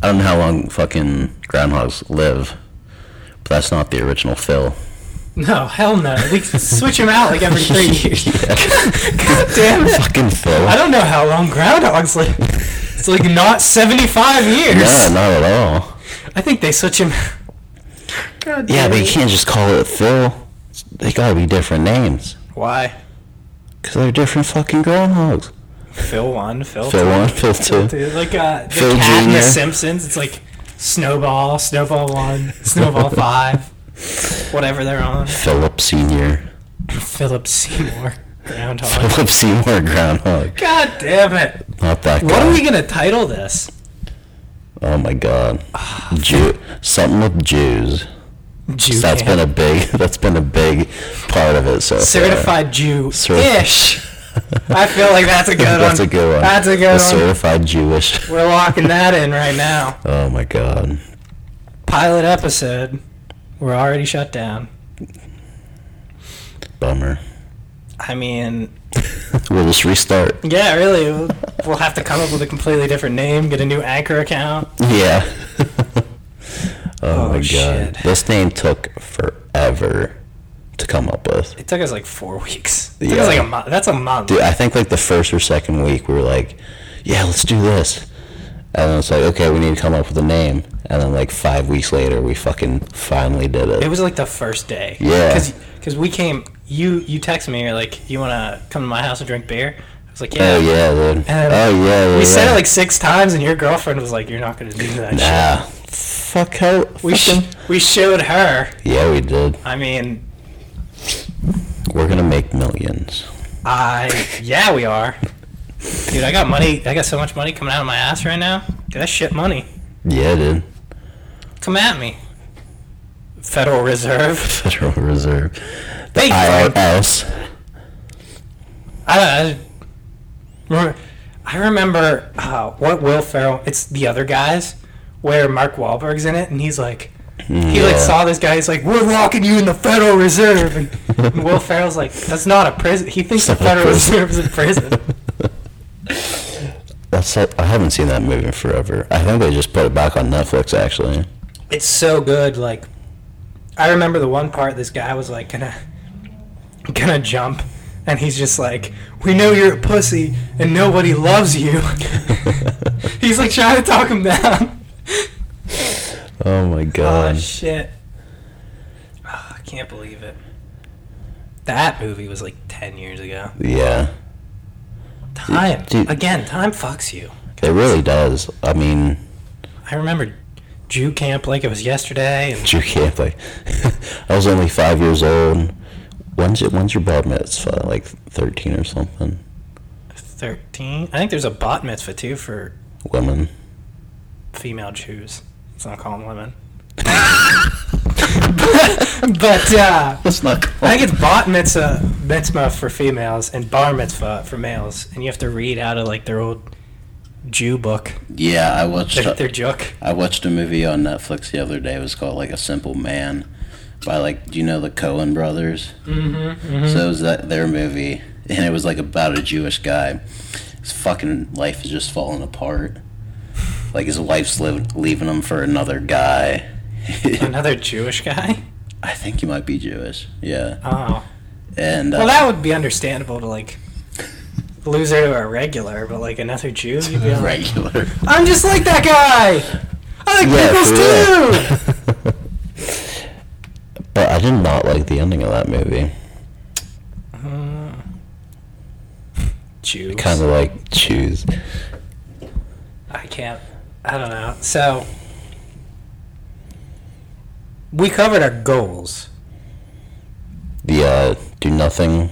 A: don't know how long fucking groundhogs live, but that's not the original Phil.
B: No, hell no. We switch him out like every three years. God damn it!
A: Fucking Phil.
B: I don't know how long groundhogs live. It's like not seventy-five years.
A: No, not at all.
B: I think they switch him. God
A: Yeah,
B: damn
A: but you
B: it.
A: can't just call it Phil. They gotta be different names
B: Why?
A: because they're different fucking groundhogs.
B: Phil one, Phil,
A: Phil
B: two.
A: one, Phil two.
B: Dude, like uh, the
A: Phil
B: cat in
A: Jr..
B: The Simpsons. It's like Snowball, Snowball One, Snowball Five, whatever they're on.
A: Philip Senior.
B: Philip Seymour Groundhog.
A: Philip Seymour Groundhog.
B: God damn it!
A: Not that guy.
B: What are we gonna title this?
A: Oh my god. Jew something with Jews.
B: Jew.
A: That's
B: camp.
A: been a uh, big that's been a big part of it so far.
B: certified Jew ish.
A: Certi-
B: I feel like that's a good
A: That's
B: one.
A: a good one.
B: That's a
A: The
B: good one.
A: certified Jewish.
B: We're locking that in right now.
A: Oh my god.
B: Pilot episode. We're already shut down.
A: Bummer.
B: I mean,
A: We'll just restart.
B: yeah, really, we'll- we'll have to come up with a completely different name, get a new anchor account.
A: Yeah. oh, my
B: Oh,
A: god.
B: shit.
A: This name took forever to come up with.
B: It took us like four weeks. It took us
A: Yeah.
B: like a month. That's a month.
A: Dude, I think like the first or second week we were like, Yeah, let's do this. And then it's like, okay, we need to come up with a name. And then like five weeks later we fucking finally did
B: It
A: it.
B: was like the first day.
A: Yeah.
B: Because we came, you you text me, you're like, you want to come to my house and drink beer? I was like, yeah.
A: Oh yeah, dude.
B: And
A: oh yeah, yeah.
B: We said it
A: yeah.
B: like six times, and your girlfriend was like, you're not going to do that shit.
A: Nah. Fuck her.
B: We, sh-
A: fucking-
B: we showed her.
A: Yeah, we did.
B: I mean,
A: We're gonna make millions.
B: I, yeah, we are. Dude, I got money. I got so much money coming out of my ass right now. Dude, that's shit money.
A: Yeah, dude.
B: Come at me. Federal Reserve.
A: Federal Reserve. The
B: Hey, Frank.
A: IRS.
B: I, I, I remember uh, what Will Ferrell. It's the other guys where Mark Wahlberg's in it, and he's like, he like
A: Yeah.
B: saw this guy. He's like, we're locking you in the Federal Reserve, and, and Will Ferrell's like, that's not a prison. He thinks the
A: It's not a
B: Federal
A: prison.
B: Reserve is a prison.
A: That's it. I haven't seen that movie in forever. I think they just put it back on Netflix actually.
B: It's so good. Like, I remember the one part this guy was like gonna gonna jump, and he's just like, "We know you're a pussy, and nobody loves you." he's like trying to talk him down.
A: Oh my
B: Oh
A: god.
B: shit! Ah, I can't believe it. That movie was like ten years ago.
A: yeah.
B: Time
A: dude.
B: again. Time fucks you.
A: It really does. I mean,
B: I remember Jew camp like it was yesterday, and
A: you can't like. I was only five years old. When's it? When's your bar mitzvah? Like thirteen or something.
B: thirteen. I think there's a bot mitzvah too for
A: Women.
B: female Jews. Let's not call them women. but uh,
A: That's not.
B: I think it's bot mitzvah, mitzvah for females and bar mitzvah for males, and you have to read out of like their old Jew book,
A: Yeah, I watched.
B: their, their juk.
A: I watched a movie on Netflix the other day. It was called like A Simple Man, by like do you know the Cohen brothers? Mm-hmm, So it was that their movie, and it was like about a Jewish guy. His fucking life is just falling apart. Like his wife's liv- leaving him for another guy.
B: Another Jewish guy.
A: I think he might be Jewish. Yeah,
B: Oh,
A: and uh,
B: well, that would be understandable to like lose her to a regular, but like another Jew, you'd be like,
A: regular.
B: I'm just like that guy. I like pickles
A: for
B: too.
A: real. but I did not like the ending of that movie.
B: Jews.
A: Kind of like choose.
B: I can't. I don't know. So we covered our goals.
A: the uh, do nothing,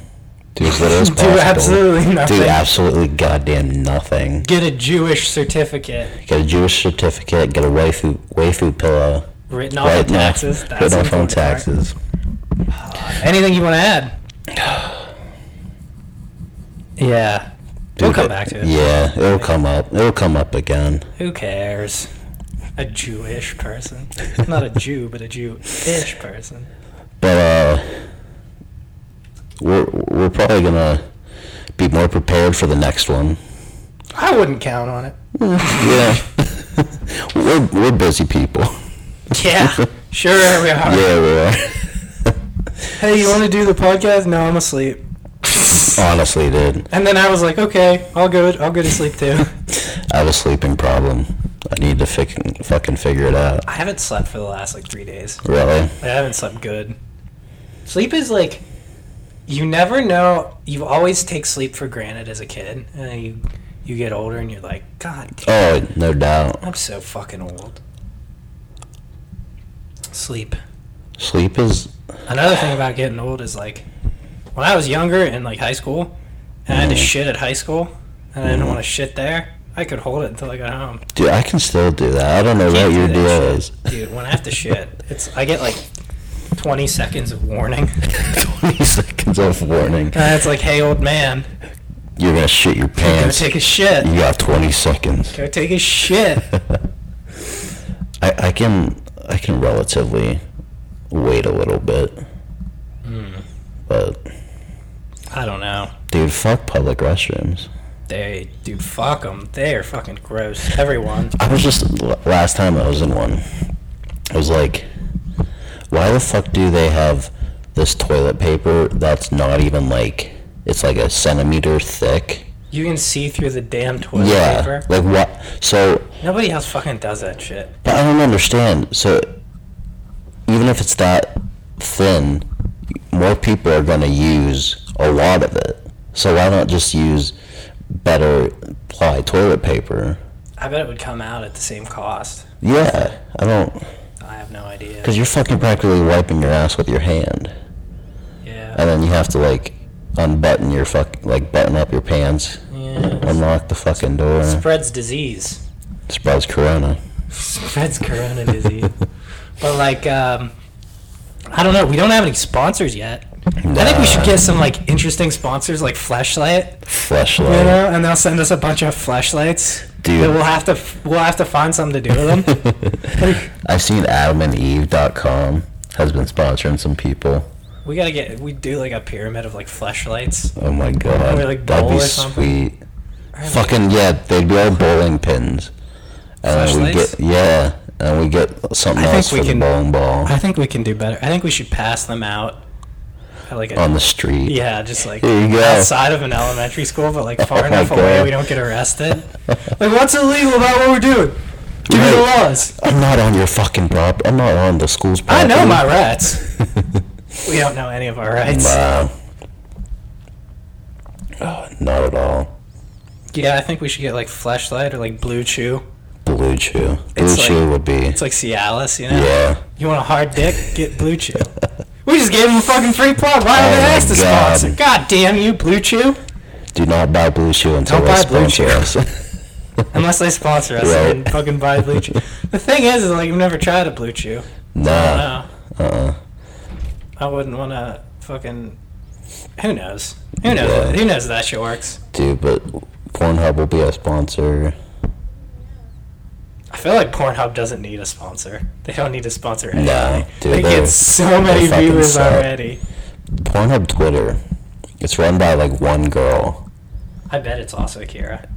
A: do as little as
B: Do
A: possible,
B: absolutely nothing.
A: do absolutely goddamn nothing.
B: Get a Jewish certificate
A: Get a Jewish certificate, get a waifu waifu pillow,
B: written off
A: right
B: of taxes.
A: now,
B: That's
A: put off on
B: important, right?
A: taxes.
B: Anything you want to add? yeah. We'll
A: Dude,
B: come back to it.
A: Yeah, it'll come up. It'll come up again.
B: Who cares? A Jewish person. Not a Jew, but a Jewish person.
A: But uh, we're we're probably gonna be more prepared for the next one.
B: I wouldn't count on it.
A: Yeah, we're we're busy people.
B: Yeah. Sure, we are.
A: Yeah, we are.
B: Hey, you want to do the podcast? No, I'm asleep.
A: Honestly, dude,
B: And then I was like, okay, I'll go. I'll go to sleep too.
A: I have a sleeping problem. I need to fic- fucking figure it out.
B: I haven't slept for the last like three days.
A: Really?
B: I haven't slept good. Sleep is like, you never know. You always take sleep for granted as a kid, and then you you get older and you're like, God, damn,
A: Oh, no doubt.
B: I'm so fucking old. Sleep.
A: Sleep is.
B: Another thing about getting old is like, when I was younger in like high school, and I had to shit at high school, and I didn't want to shit there. I could hold it until I got home.
A: Dude, I can still do that. I don't know what
B: do
A: your
B: that
A: deal
B: shit.
A: is.
B: Dude, when I have to shit, it's I get like 20 seconds of warning.
A: 20 seconds of warning.
B: And it's like, hey, old man,
A: You're gonna shit your
B: go
A: pants.
B: take a shit.
A: You got 20 seconds.
B: Go take a shit.
A: I, I can I can relatively wait a little bit. Hmm. But
B: I don't know.
A: dude, fuck public restrooms.
B: They, dude, fuck them. They are fucking gross. Everyone.
A: I was just l- last time I was in one. I was like, why the fuck do they have this toilet paper that's not even like it's like a centimeter thick?
B: You can see through the damn toilet
A: yeah,
B: paper.
A: like what? So,
B: Nobody else fucking does that shit.
A: but I don't understand. So, even if it's that thin, more people are gonna use a lot of it. So why not just use better ply toilet paper?
B: I bet it would come out at the same cost.
A: Yeah, I don't.
B: I have no idea.
A: Because you're fucking practically wiping your ass with your hand.
B: Yeah.
A: And then you have to, like, unbutton your fuck, like, button up your pants,
B: Yeah.
A: unlock the fucking door.
B: Spreads disease.
A: Spreads corona.
B: Spreads corona disease. but like, um, I don't know. We don't have any sponsors yet. I think we should get some like interesting sponsors, like Flashlight.
A: Fleshlight.
B: you know, and they'll send us a bunch of flashlights.
A: Dude.
B: that we'll have to we'll have to find something to do with them.
A: I've seen adamandeve.com has been sponsoring some people.
B: we gotta get we do like a pyramid of like flashlights.
A: Oh my god.
B: we, like,
A: That'd
B: bowl
A: be
B: or something?
A: sweet. Fucking yeah, they'd be all bowling pins. And then we
B: Flashlights?
A: get yeah, and we get something
B: I think
A: else
B: we
A: for the
B: can-
A: bowling ball
B: I think we can do better. I think we should pass them out. at, Like a,
A: on the street.
B: yeah, just like
A: Here Um, you go.
B: outside of an elementary school, but like far
A: Oh my
B: enough away
A: God.
B: we don't get arrested. like, what's illegal about what we're doing? Give me the
A: Right.
B: laws.
A: I'm not on your fucking prop. I'm not on the school's
B: I
A: property.
B: know my rights. we don't know any of our rights.
A: Wow. Oh, not at all.
B: Yeah, I think we should get like flashlight or like blue chew.
A: Blue Chew. Blue
B: It's like-
A: Chew would be.
B: It's like Cialis, you know.
A: Yeah.
B: You want a hard dick? Get Blue Chew. we just gave them a fucking free plug. Why don't
A: Oh
B: they
A: my
B: ask the
A: God.
B: sponsor? God damn you, Blue Chew.
A: Do not buy Blue Chew until
B: Don't
A: they
B: buy Blue
A: sponsor
B: Chew.
A: us.
B: Unless they sponsor us
A: Right.
B: and fucking buy Blue Chew. The thing is, is like I've never tried a Blue Chew.
A: nah.
B: No,
A: Uh-uh.
B: I wouldn't want to fucking. Who knows? Who knows?
A: Yeah.
B: Who knows that shit works?
A: Dude, but Pornhub will be a sponsor.
B: I feel like Pornhub doesn't need a sponsor. They don't need to sponsor anything.
A: Nah. Dude,
B: they
A: they're-
B: get so many
A: fucking
B: viewers
A: suck.
B: already.
A: Pornhub Twitter. It's run by like one girl.
B: I bet it's also Akira.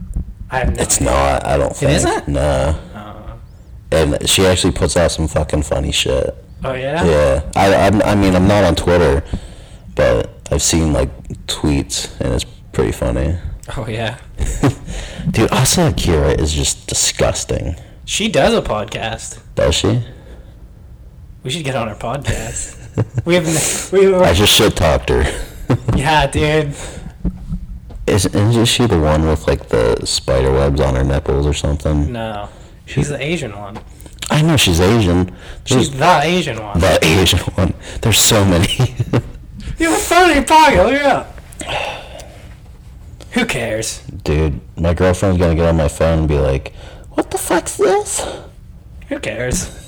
B: I have no
A: It's not. I don't think.
B: isn't?
A: Nah.
B: Uh,
A: And she actually puts out some fucking funny shit.
B: oh yeah?
A: Yeah, I, I'm, I mean, I'm not on Twitter, but I've seen like tweets, and it's pretty funny.
B: Oh yeah.
A: Dude, Asa Akira is just disgusting.
B: She does a podcast.
A: Does she?
B: We should get on her podcast. we have n- we
A: I
B: were,
A: just shit talked her.
B: yeah, dude.
A: Isn't, isn't she the one with like the spider webs on her nipples or something?
B: No, she's the Asian one.
A: I know she's Asian. There's
B: She's the Asian one.
A: the Asian one. There's so many.
B: You have a phone in your pocket. Look it up. Who cares?
A: Dude, my girlfriend's gonna get on my phone and be like, "What the fuck's this?"
B: Who cares?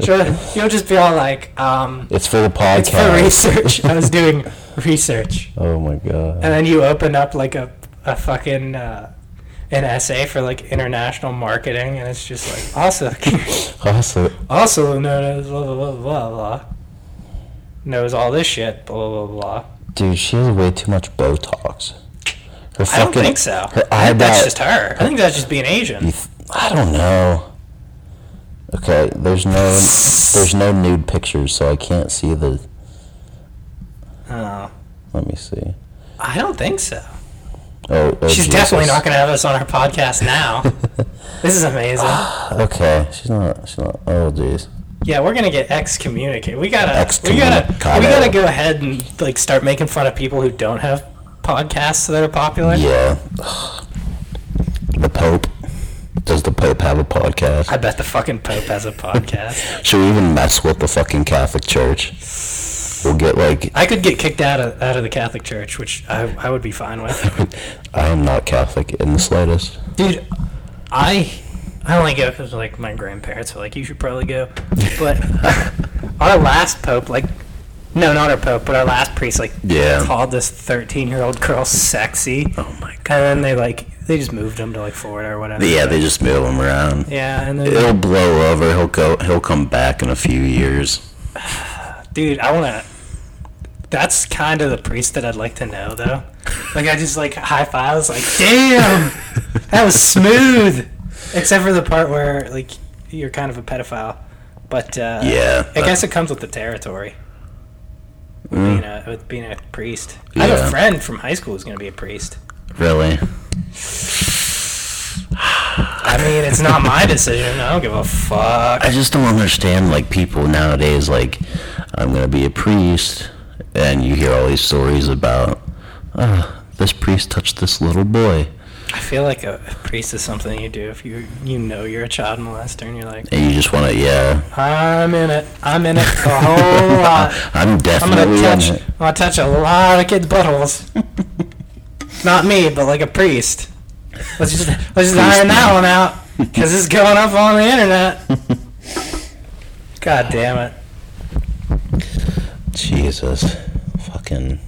B: Sure, you'll just be all like, um,
A: It's for the podcast.
B: it's for research. I was doing research,
A: Oh my god.
B: and then you open up like a a fucking. Uh, an essay for like international marketing, and it's just like also
A: Also,
B: also known as blah blah blah blah blah knows all this shit blah blah blah blah.
A: Dude, she has way too much Botox. Her
B: I don't think so.
A: Her
B: I think that's
A: eyebrow-
B: just her. I think that's just being Asian.
A: I don't know. Okay, there's no there's no nude pictures, so I can't see the.
B: Oh,
A: Let me see.
B: I don't think so.
A: Oh, oh,
B: She's definitely
A: Jesus.
B: not going to have us on our podcast now. this is amazing.
A: Okay, she's not. She's not. Oh, jeez.
B: Yeah, we're gonna get excommunicated. We gotta, we gotta,
A: Excommunicado.
B: we gotta go ahead and like start making fun of people who don't have podcasts that are popular.
A: Yeah. The Pope. Does the Pope have a podcast?
B: I bet the fucking Pope has a podcast.
A: Should we even mess with the fucking Catholic Church? We'll get like.
B: I could get kicked out of out of the Catholic Church, which I, I would be fine with.
A: I am not Catholic in the slightest.
B: Dude, I I only go because like my grandparents were like, you should probably go. But our last pope, like, no, not our pope, but our last priest, like,
A: Yeah.
B: called this thirteen-year-old girl sexy. Oh my god! And then they like they just moved him to like Florida or whatever.
A: Yeah, they just move them around.
B: Yeah, and then
A: It'll blow over. He'll go. He'll come back in a few years.
B: dude, I wanna. That's kind of the priest that I'd like to know, though. Like, I just like high fives, like, damn, that was smooth. Except for the part where like you're kind of a pedophile, but uh,
A: Yeah.
B: I guess it comes with the territory. With, being, a, with being a priest. I have
A: Mm. Yeah.
B: a friend from high school who's going to be a priest.
A: Really?
B: I mean, it's not my decision. I don't give a fuck.
A: I just don't understand like people nowadays. Like, I'm gonna be a priest, and you hear all these stories about, ah, this priest touched this little boy,
B: I feel like a priest is something you do if you you know you're a child molester and you're like,
A: and you just want to, yeah.
B: I'm in it. I'm in it the whole lot.
A: I'm
B: I'm gonna
A: definitely
B: touch.
A: in it.
B: I'm gonna touch a lot of kids' buttholes. Not me, but like a priest. Let's just let's just iron that one out because it's going up on the internet. God damn it!
A: Jesus, fucking.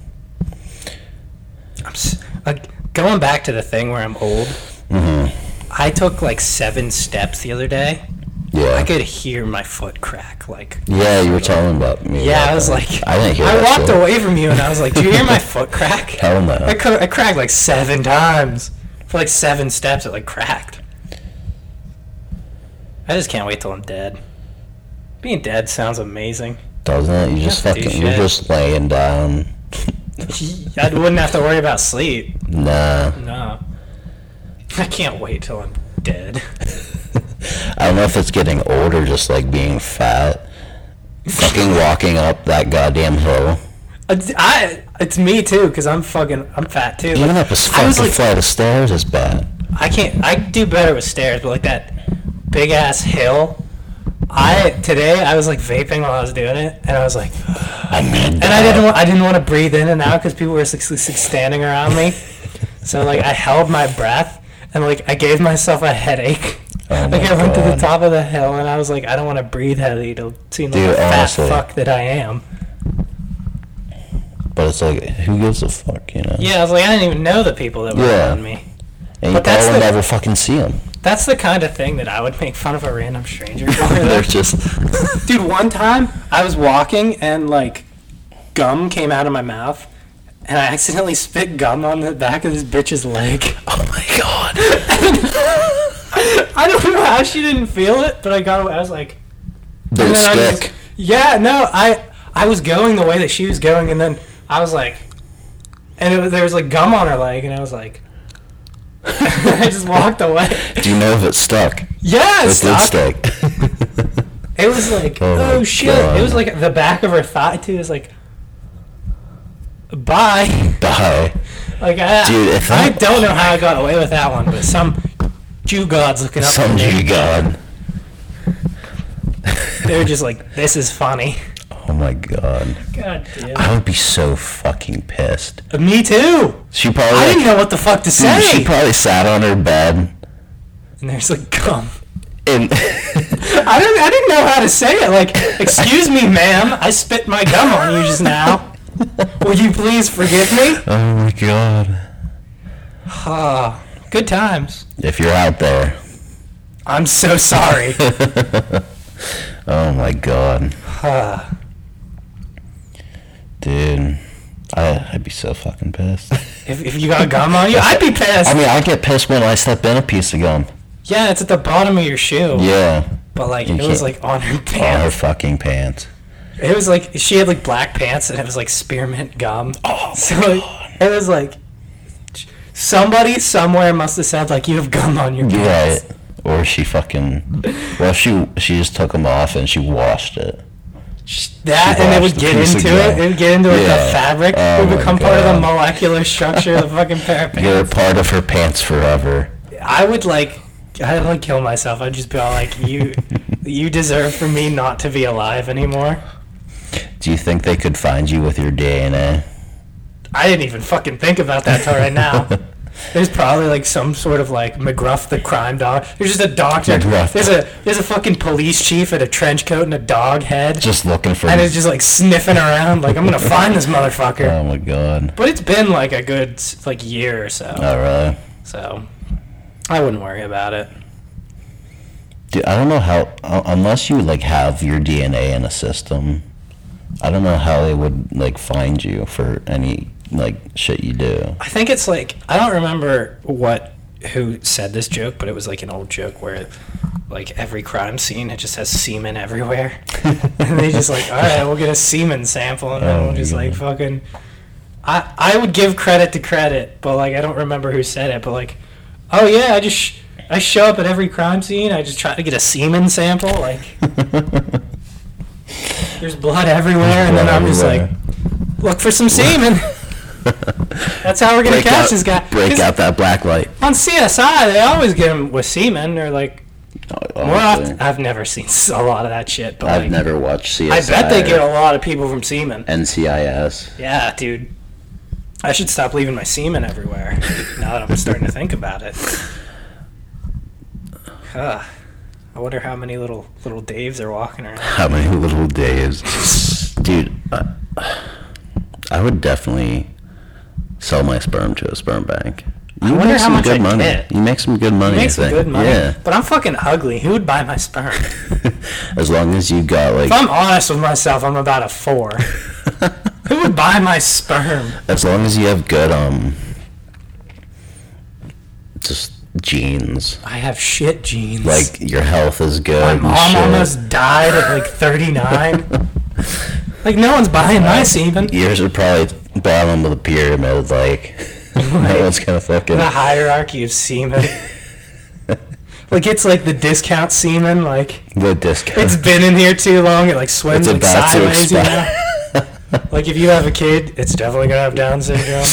B: I'm s- like going back to the thing where I'm old.
A: hmm
B: I took like seven steps the other day.
A: Yeah.
B: I could hear my foot crack. Like
A: yeah, you were telling about me.
B: yeah,
A: about
B: I was
A: that.
B: like
A: I didn't hear
B: I
A: that
B: walked
A: shit.
B: away from you and I was like, do you hear my foot crack?
A: Hell no.
B: I, cr- I cracked like seven times. for like seven steps, it like cracked. I just can't wait till I'm dead. Being dead sounds amazing.
A: Doesn't it? You just
B: Can't do
A: fucking, you're
B: shit.
A: just laying down.
B: I wouldn't have to worry about sleep.
A: Nah.
B: No. I can't wait till I'm dead.
A: I don't know if it's getting old or just like being fat. fucking walking up that goddamn hill.
B: It's, I, it's me too, cause I'm fucking, I'm fat too.
A: Even
B: Like,
A: up a
B: I was
A: fucking
B: like,
A: flight of stairs is bad.
B: I can't, I do better with stairs, but like that big ass hill. I today I was like vaping while I was doing it, and I was like,
A: I mean,
B: and I didn't, want, I didn't want to breathe in and out because people were like, standing around me. So like I held my breath, and like I gave myself a headache.
A: Oh my
B: like I went to the
A: God.
B: top of the hill, and I was like, I don't want to breathe heavy. It'll seem like
A: Dude,
B: a fat
A: honestly.
B: fuck that I am.
A: But it's like, who gives a fuck, you know?
B: Yeah, I was like, I didn't even know the people that were
A: Yeah.
B: around me.
A: And you
B: But that's
A: probably
B: the-
A: never fucking see them.
B: That's the kind of thing that I would make fun of a random stranger for.
A: They're
B: though.
A: just.
B: Dude, one time I was walking and like gum came out of my mouth, and I accidentally spit gum on the back of this bitch's leg.
A: oh my god.
B: I don't know how she didn't feel it, but I got away. I was like,
A: They're
B: and then I was-
A: stick.
B: yeah, no, I I was going the way that she was going, and then I was like, and it was, there was like gum on her leg, and I was like, I just walked away.
A: Do you know if it stuck?
B: Yeah,
A: It
B: it
A: did
B: stuck.
A: stick.
B: It was like,
A: Oh my
B: oh, shit.
A: God.
B: It was like the back of her thigh too. It was like, bye.
A: Bye.
B: Like I,
A: Dude, if
B: I
A: that-
B: don't know how I got away with that one, but some Jew gods looking up
A: Some
B: at me,
A: G god.
B: they're just like, this is funny.
A: Oh my god.
B: God damn.
A: I would be so fucking pissed.
B: Uh, Me too.
A: She probably.
B: I didn't know what the fuck to say.
A: Dude, She probably sat on her bed
B: and there's like gum.
A: and
B: I didn't. I didn't know how to say it. Like, excuse me, ma'am. I spit my gum on you just now. Will you please forgive me?
A: Oh my god.
B: Ah, good times.
A: If you're out there.
B: I'm so sorry.
A: Oh my god.
B: Ah.
A: Dude. I, I'd be so fucking pissed.
B: If, if you got gum on you, I'd be pissed.
A: I mean, I get pissed when I slip in a piece of gum.
B: yeah, it's at the bottom of your shoe.
A: Yeah.
B: But like
A: You
B: it
A: can't-
B: was like on her
A: On her
B: pants.
A: fucking pants.
B: It was like she had like black pants and it was like spearmint gum. Oh, so like, it was like somebody somewhere must have said like you have gum on your
A: You're
B: pants.
A: right. Or she fucking. Well, she she just took them off and she washed it.
B: That
A: She
B: and
A: washed
B: it would
A: the
B: get
A: piece
B: into it.
A: again.
B: It would get into like,
A: Yeah.
B: the fabric.
A: Oh
B: it would
A: my
B: become part of the
A: God.
B: molecular structure of the fucking pair of
A: You're a
B: pants.
A: part of her pants forever.
B: I would like. I'd like kill myself. I'd just be all like, "You, you deserve for me not to be alive anymore."
A: Do you think they could find you with your DNA?
B: I didn't even fucking think about that till right now. There's probably like some sort of like McGruff the crime dog. There's just a doctor.
A: McGruff.
B: There's a there's a fucking police chief in a trench coat and a dog head,
A: Just looking for.
B: and it's just like sniffing around like I'm gonna find this motherfucker.
A: oh my god.
B: But it's been like a good s- like year or so,
A: All right.
B: so I wouldn't worry about it.
A: Dude, I don't know how u- unless you like have your DNA in a system. I don't know how they would like find you for any like shit you do.
B: I think it's like I don't remember what who said this joke, but it was like an old joke where like every crime scene it just has semen everywhere. and they just like, all right, we'll get a semen sample, and then
A: Oh,
B: we'll just
A: yeah.
B: like fucking. I I would give credit to credit, but like I don't remember who said it, but like, oh yeah, I just sh- I show up at every crime scene. I just try to get a semen sample. Like, there's blood everywhere, and then I'm just like, look for some semen. That's how we're gonna
A: break
B: catch
A: out,
B: this guy.
A: Break
B: 'Cause
A: out that black light.
B: on CSI, they always get him with semen, or like more
A: Honestly,
B: often. I've never seen s- a lot of that shit, but
A: Oh, I've
B: like,
A: never watched CSI.
B: I bet they
A: or
B: get a lot of people from semen.
A: NCIS.
B: Yeah, dude. I should stop leaving my semen everywhere. now that I'm starting to think about it. Huh. I wonder how many little little Daves are walking around.
A: How many little days, dude? I, I would definitely sell my sperm to a sperm bank. You
B: wonder how much
A: good
B: I'd
A: money.
B: get.
A: You make some good money.
B: Make
A: I
B: some
A: think.
B: good money.
A: Yeah,
B: But I'm fucking ugly. Who would buy my sperm? if
A: as long as you got like
B: I'm honest with myself, I'm about a four. Who would buy my sperm?
A: As long as you have good um just genes.
B: I have shit genes.
A: Like your health is good.
B: my
A: and
B: mom
A: shit.
B: almost died at like 39. like no one's buying my semen.
A: Yours are probably bottom of the pyramid. Like no one's gonna fucking.
B: The hierarchy of semen. like it's like the discount semen. Like
A: The discount.
B: it's been in here too long. It like swims
A: It's
B: like
A: about to
B: sideways. You know?
A: expire.
B: Like if you have a kid, it's definitely gonna have Down syndrome.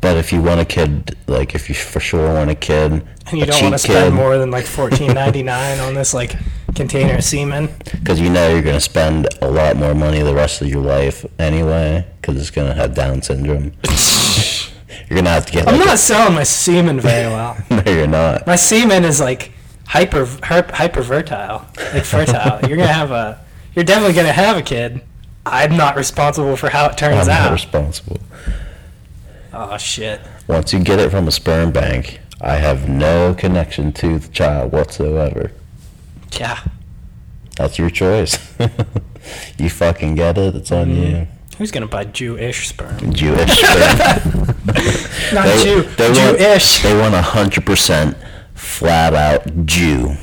A: but if you want a kid, like if you for sure want a kid,
B: And you
A: a
B: don't
A: cheap
B: want to spend
A: kid,
B: more than like 14.99 on this like container of semen.
A: because you know you're gonna spend a lot more money the rest of your life anyway, because it's gonna have Down syndrome. you're gonna have to get.
B: I'm
A: like
B: not selling my semen very well.
A: a- no, you're not.
B: My semen is like hyper her, hyper fertile, like fertile. you're gonna have a, you're definitely gonna have a kid. I'm not responsible for how it
A: I'm
B: turns
A: not
B: out.
A: responsible.
B: oh shit!
A: Once you get it from a sperm bank, I have no connection to the child whatsoever.
B: Yeah.
A: That's your choice. you fucking get it. It's on
B: Mm-hmm. Who's gonna buy Jewish sperm?
A: you. Jewish sperm.
B: Not
A: They-
B: Jew.
A: they want-
B: Jewish.
A: They want a hundred percent flat out Jew.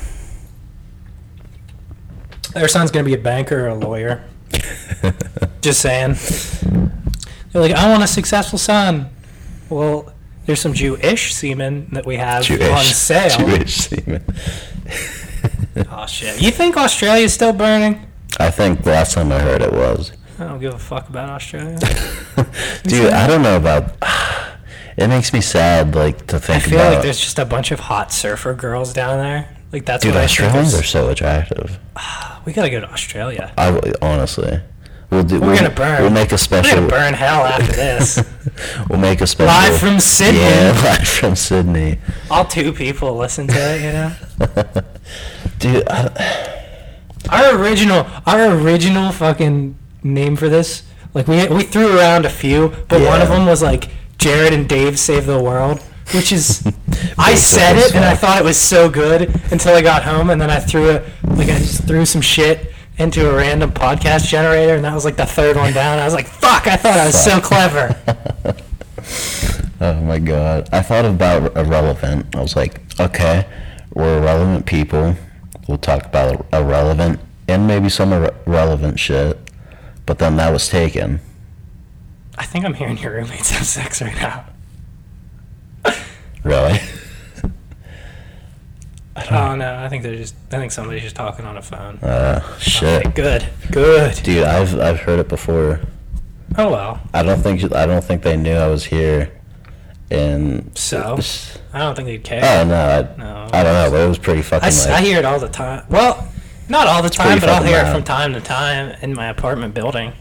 B: Their son's gonna be a banker or a lawyer. Just saying. They're like, I want a successful son. Well, there's some Jewish semen that we have
A: Jewish.
B: on sale.
A: Jewish semen.
B: Oh shit! You think Australia's still burning?
A: I think the last time I heard it was.
B: I don't give a fuck about Australia.
A: Dude, I don't know about. It makes me sad, like to
B: I
A: think
B: feel
A: about.
B: like there's just a bunch of hot surfer girls down there. Like that's
A: Dude,
B: what I
A: Australians are
B: think.
A: so attractive.
B: Is. We gotta go to Australia.
A: I w- honestly, we'll do.
B: We're gonna burn.
A: We'll make a
B: We're
A: special.
B: gonna burn hell after this.
A: We'll make a special.
B: Live from Sydney.
A: Yeah, live from Sydney.
B: All two people listen to it. You know.
A: Dude, I,
B: Our original, our original fucking name for this. Like we we threw around a few, but one of
A: Yeah.
B: them was like Jared and Dave save the world, which is. I said
A: as
B: it and I
A: fuck.
B: thought it was so good until I got home and then I threw it like I just threw some shit into a random podcast generator and that was like the third one down. I was like, "Fuck!" I thought I was so clever.
A: oh my god, I thought about irrelevant. I was like, okay, we're irrelevant people. We'll talk about irrelevant and maybe some irre- relevant shit. But then that was taken.
B: I think I'm hearing your roommates have sex right now.
A: Really?
B: Oh no, I think they're just. I think somebody's just talking on a phone.
A: Uh, shit.
B: Good, good.
A: Dude, I've I've heard it before.
B: Oh well.
A: I don't think I don't think they knew I was here. And
B: So I don't think they'd care.
A: oh no, I,
B: No.
A: I don't know, but it was pretty fucking.
B: I, s-
A: like,
B: I hear it all the time. Well, not all the time,
A: pretty
B: but I'll
A: fucking
B: hear it
A: loud.
B: from time to time in my apartment building,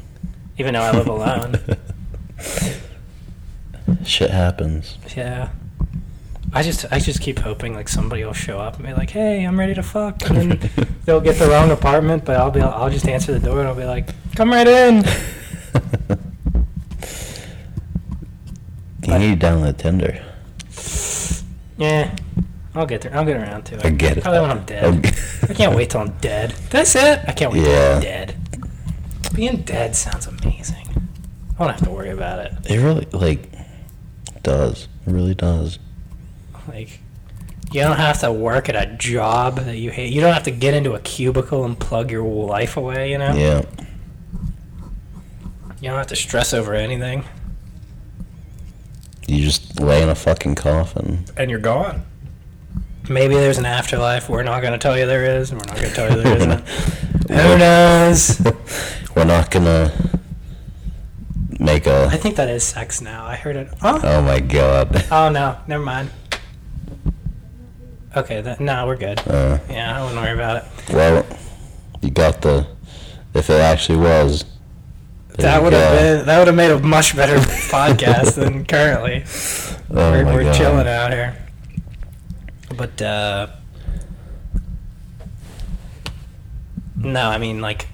B: even though I live alone.
A: shit happens.
B: Yeah. I just I just keep hoping like somebody will show up and be like, "Hey, I'm ready to fuck," and then they'll get the wrong apartment, but I'll be I'll just answer the door and I'll be like, "Come right in."
A: You need to download Tinder.
B: Yeah, I'll get there. I'll get around to it.
A: I get it.
B: Probably when I'm dead. I can't wait till I'm dead. That's it. I can't wait till
A: Yeah.
B: I'm dead. Being dead sounds amazing. I don't have to worry about it.
A: It really like does. It really does.
B: Like, you don't have to work at a job that you hate. You don't have to get into a cubicle and plug your life away. You know.
A: Yeah.
B: You don't have to stress over anything,
A: You just lay in a fucking coffin.
B: and you're gone. Maybe there's an afterlife. We're not going to tell you there is, and we're not going to tell you there isn't. Who knows?
A: We're not gonna make
B: I
A: a.
B: think that is sex now. I heard it. Oh,
A: Oh my god.
B: oh no, never mind. Okay, that, no, we're good.
A: Uh,
B: Yeah, I wouldn't worry about it.
A: well, you got the. If it actually was. there
B: That
A: you
B: would have
A: go.
B: been that would have made a much better podcast than currently.
A: Oh
B: we're
A: my
B: we're
A: God.
B: chilling out here. But uh No, I mean like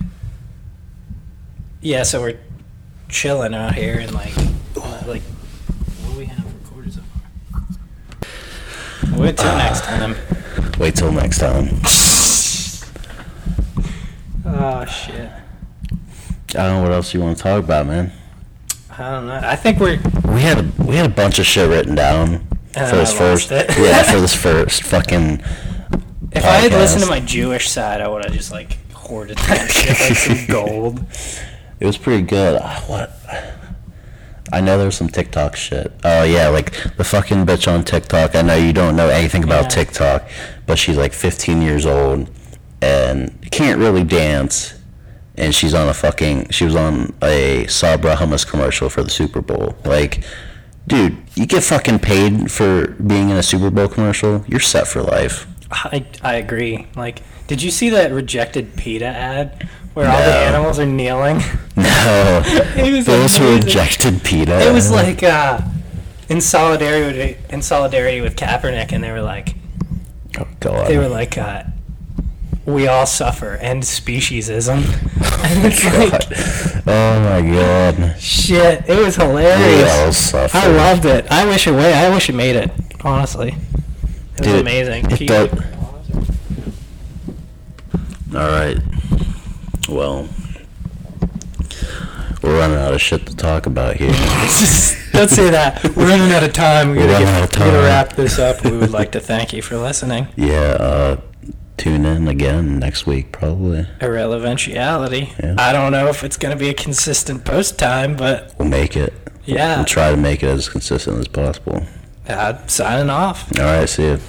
B: Yeah, so we're chilling out here and like uh, like what do we have recorded so far? Wait till next time.
A: Wait till next time.
B: Oh shit.
A: I don't know what else you want to talk about, man.
B: I don't know. I think we're
A: We had a, we had a bunch of shit written down.
B: And
A: for
B: then
A: his
B: I
A: first,
B: lost it.
A: yeah, for his first fucking.
B: If I had listened
A: podcast.
B: to my Jewish side, I would have just like hoarded that shit like some gold.
A: It was pretty good. Ah, What? I know there's some TikTok shit. Oh yeah, like the fucking bitch on TikTok. I know you don't know anything about
B: Yeah.
A: TikTok, but she's like 15 years old and can't really dance. And she's on a fucking. She was on a Sabra hummus commercial for the Super Bowl. Like, dude, you get fucking paid for being in a Super Bowl commercial. You're set for life.
B: I I agree. Like, did you see that rejected PETA ad where all
A: No.
B: the animals are kneeling?
A: No,
B: It was
A: those who
B: amazing.
A: rejected PETA.
B: It was like uh, in solidarity in solidarity with Kaepernick, and they were like
A: Oh god.
B: they were like uh, we all suffer end speciesism. and it's
A: God.
B: like
A: Oh my god.
B: shit. It was
A: We
B: hilarious.
A: all suffer.
B: I loved it. I wish it way. I wish it made it. Honestly, it was
A: Dude,
B: amazing.
A: it
B: Keep-
A: does- All right. Well, we're running out of shit to talk about here.
B: Don't say that. We're running out of time. We're
A: We're
B: gonna,
A: running
B: get,
A: out of
B: we're gonna
A: time.
B: wrap this up. We would like to thank you for listening.
A: yeah. Uh, tune in again next week probably.
B: Irreleventiality.
A: Yeah.
B: I don't know if it's gonna be a consistent post time, but
A: We'll make it.
B: yeah,
A: We'll try to make it as consistent as possible.
B: uh, signing off.
A: All right. See you.